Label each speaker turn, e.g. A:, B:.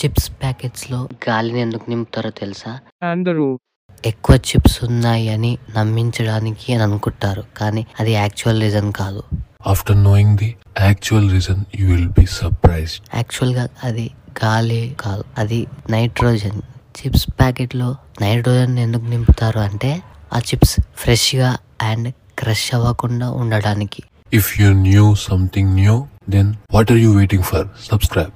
A: Chips ప్యాకెట్స్లో గాలిని ఎందుకు నింపుతారో తెలుసా
B: అందరూ
A: ఎక్కువ చిప్స్ ఉన్నాయి అని నమ్మించడానికి అని అనుకుంటారు కానీ అది యాక్చువల్ రీజన్ కాదు
C: After knowing the actual reason, you will be surprised.
A: యాక్చువల్గా అది గాలి కాదు అది నైట్రోజన్ చిప్స్ ప్యాకెట్లో నైట్రోజన్ ఎందుకు నింపుతారు అంటే ఆ చిప్స్ ఫ్రెష్గా అండ్ క్రష్ అవ్వకుండా ఉండడానికి
C: If you knew something new, then what are you waiting for? Subscribe.